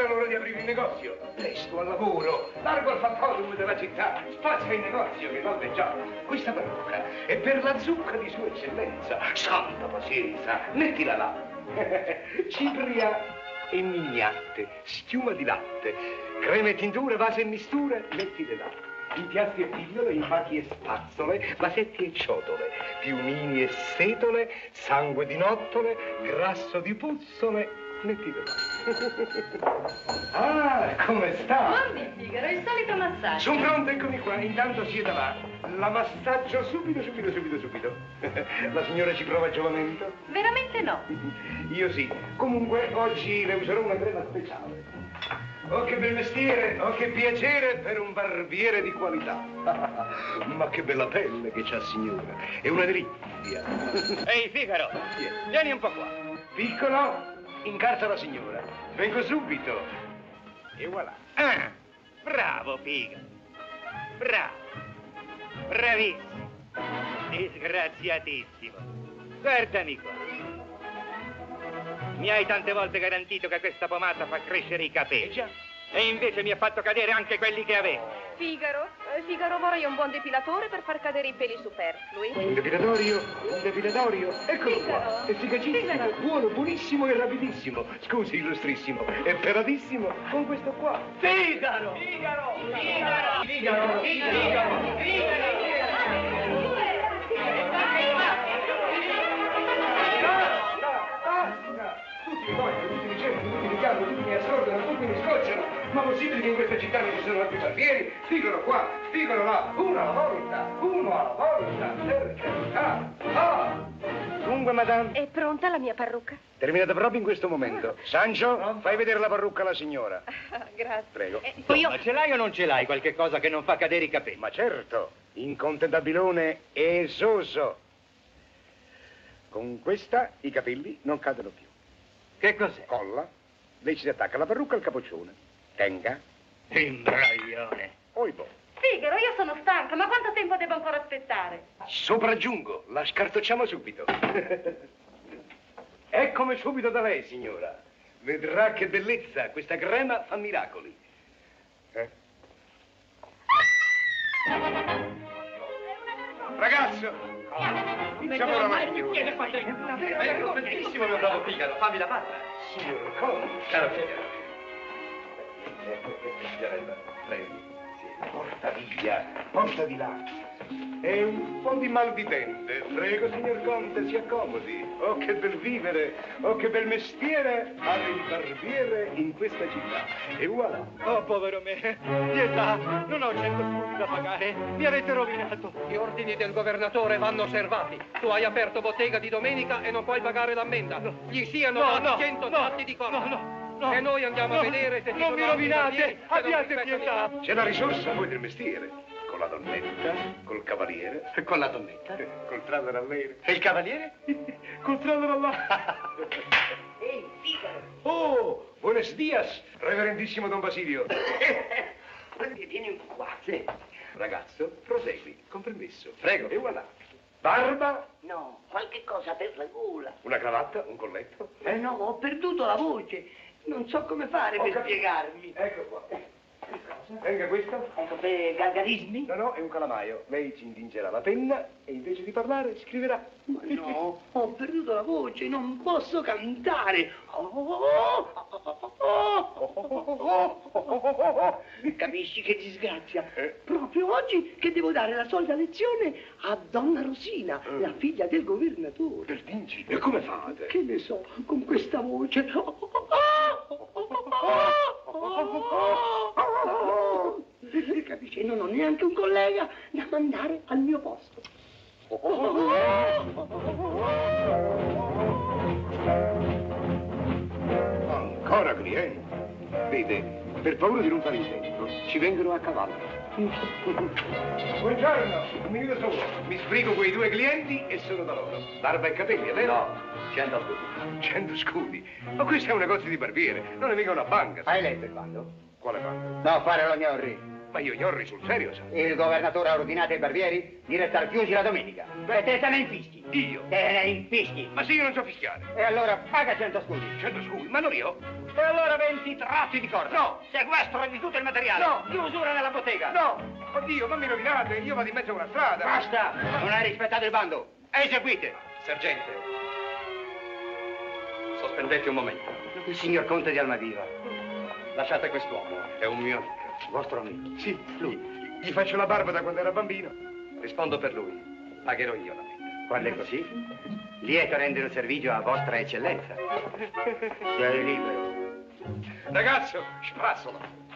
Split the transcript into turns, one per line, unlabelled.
in negozio, presto al lavoro, largo al fattorium della città, spazio in negozio che lode già. Questa parrucca è per la zucca di sua eccellenza. Santa pazienza, mettila là. Cipria e mignatte, schiuma di latte, creme e tinture, vase e misture, mettile là. Impiasti e figliole, impacchi e spazzole, vasetti e ciotole, piumini e setole, sangue di nottole, grasso di puzzole, mettile là. Ah, come sta?
Magnifica, il solito massaggio.
Sono pronto, eccomi qua. Intanto siete là. La massaggio subito, subito, subito, subito. La signora ci prova giovamento?
Veramente no.
Io sì. Comunque, oggi le userò una crema speciale. Oh, che bel mestiere, oh, che piacere per un barbiere di qualità. Ma che bella pelle che c'ha, signora. È una delizia.
Ehi, Figaro,
Chi è?
vieni un po' qua.
Piccolo, incarta la signora. Vengo subito.
E voilà. Ah, bravo, figa. Bravo. Bravissimo. Disgraziatissimo. Guardami qua. Mi hai tante volte garantito che questa pomata fa crescere i capelli. E invece mi ha fatto cadere anche quelli che avevo.
Figaro, eh, Figaro vorrei un buon depilatore per far cadere i peli superflui.
Un depilatorio, un depilatorio, eccolo qua.
Figaro.
Efficacissimo,
Figaro.
buono, buonissimo e rapidissimo. Scusi, illustrissimo, e pelatissimo con questo qua.
Figaro!
Basta! Tutti mi vogliono, tutti mi cercano, tutti mi chiamano, tutti mi assordono, tutti mi scocciano. Ma possibile che in questa città non ci sono altri barbieri? Figaro qua, figaro là, uno alla volta, uno alla volta, per carità. Ah! Dunque, madame,
È pronta la mia parrucca?
Terminata proprio in questo momento. Sancio, fai vedere la parrucca alla signora.
Grazie.
Prego.
Eh,
Io...
io...
Ma ce l'hai o non ce l'hai qualche cosa che non fa cadere i capelli?
Ma certo, incontentabilone e esoso. Con questa i capelli non cadono più.
Che cos'è?
Colla, lei si attacca la parrucca al capoccione. Tenga, boh.
Imbroglione.
oibo.
Figaro, io sono stanca, ma quanto tempo devo ancora aspettare?
Sopraggiungo, la scartocciamo subito. Eccomi subito da lei, signora. Vedrà che bellezza, questa crema fa miracoli. Eh? Ragazzo! Cominciamo la mattina.
Ecco, benissimo, mio bravo Figaro, fammi la pasta.
Signor Conte.
Caro Figaro.
Figliarella, prendi. Sì, Porta via, porta di là. È un po' di mal di dente. Prego, signor Conte, si accomodi. Oh, che bel vivere, oh, che bel mestiere ha il barbiere in questa città. E voilà.
Oh, povero me, pietà, non ho cento scudi da pagare, mi avete rovinato.
Gli ordini del governatore vanno osservati. Tu hai aperto bottega di domenica e non puoi pagare l'ammenda. Gli siano
No,
dati
no, no,
100 tratti di corda.
no, no, no.
e noi andiamo
No,
a vedere se ci
non
sono
mi
altri
rovinate,
barbieri che non
abbiate
rispettano i
pietà.
tratti.
C'è la risorsa voi del mestiere. Con la donnetta, col cavaliere,
Con la donnetta.
eh, col traverallere,
E il cavaliere?
col traverallare. Oh, buenos dias, reverendissimo Don Basilio.
Vieni qua. Sì.
Ragazzo, prosegui, con permesso.
Prego.
E voilà. Barba,
No, qualche cosa per la gola.
una cravatta, un colletto.
Eh no, ho perduto la voce. Non so come fare per spiegarmi.
Ecco qua. Venga questo.
Ecco, per gargarismi?
No, no, è un calamaio. Lei ci intingerà la penna e invece di parlare scriverà.
Ma no, ho perduto la voce, non posso cantare. Oh, oh, oh, oh, oh, oh, oh. Capisci che disgrazia?
Eh.
Proprio oggi che devo dare la solita lezione a donna Rosina,
Eh.
la figlia del governatore.
Per dinci. E come fate?
Che ne so, con questa voce. Capisci, non ho neanche un collega da mandare al mio posto.
Oh, Ancora clienti. Vede, per paura di non fare intento, ci vengono a cavallo. Buongiorno, un minuto solo. Mi sbrigo quei due clienti e sono da loro. Barba e capelli, è vero?
No, ci andò tutto.
100 scudi? Ma questo è un negozio di barbiere, non è mica una banca.
Hai letto il bando?
Quale banca?
No, fare lo gnorri.
Ma io Iorri sul serio, sa.
Il governatore ha ordinato ai barbieri di restare chiusi la domenica. E te te ne infischi.
Io?
Te ne infischi.
Ma se io non so fischiare.
E allora paga 100 scudi.
100 scudi, ma non io.
E allora 23
fatti di corda.
No.
Sequestro di tutto il materiale.
No.
Chiusura della bottega.
No! Oddio, non mi rovinate, io vado in mezzo a una strada.
Basta! Non hai rispettato il bando. Eseguite!
Sergente, sospendete un momento.
Il signor Conte di Almaviva,
Lasciate quest'uomo, è un mio amico.
vostro amico.
Sì, lui. Gli faccio la barba da quando era bambino.
Rispondo per lui. Pagherò io la metà.
Quando è così, lieto rendere un servizio a vostra eccellenza. Sei libero.
Ragazzo, spassolo.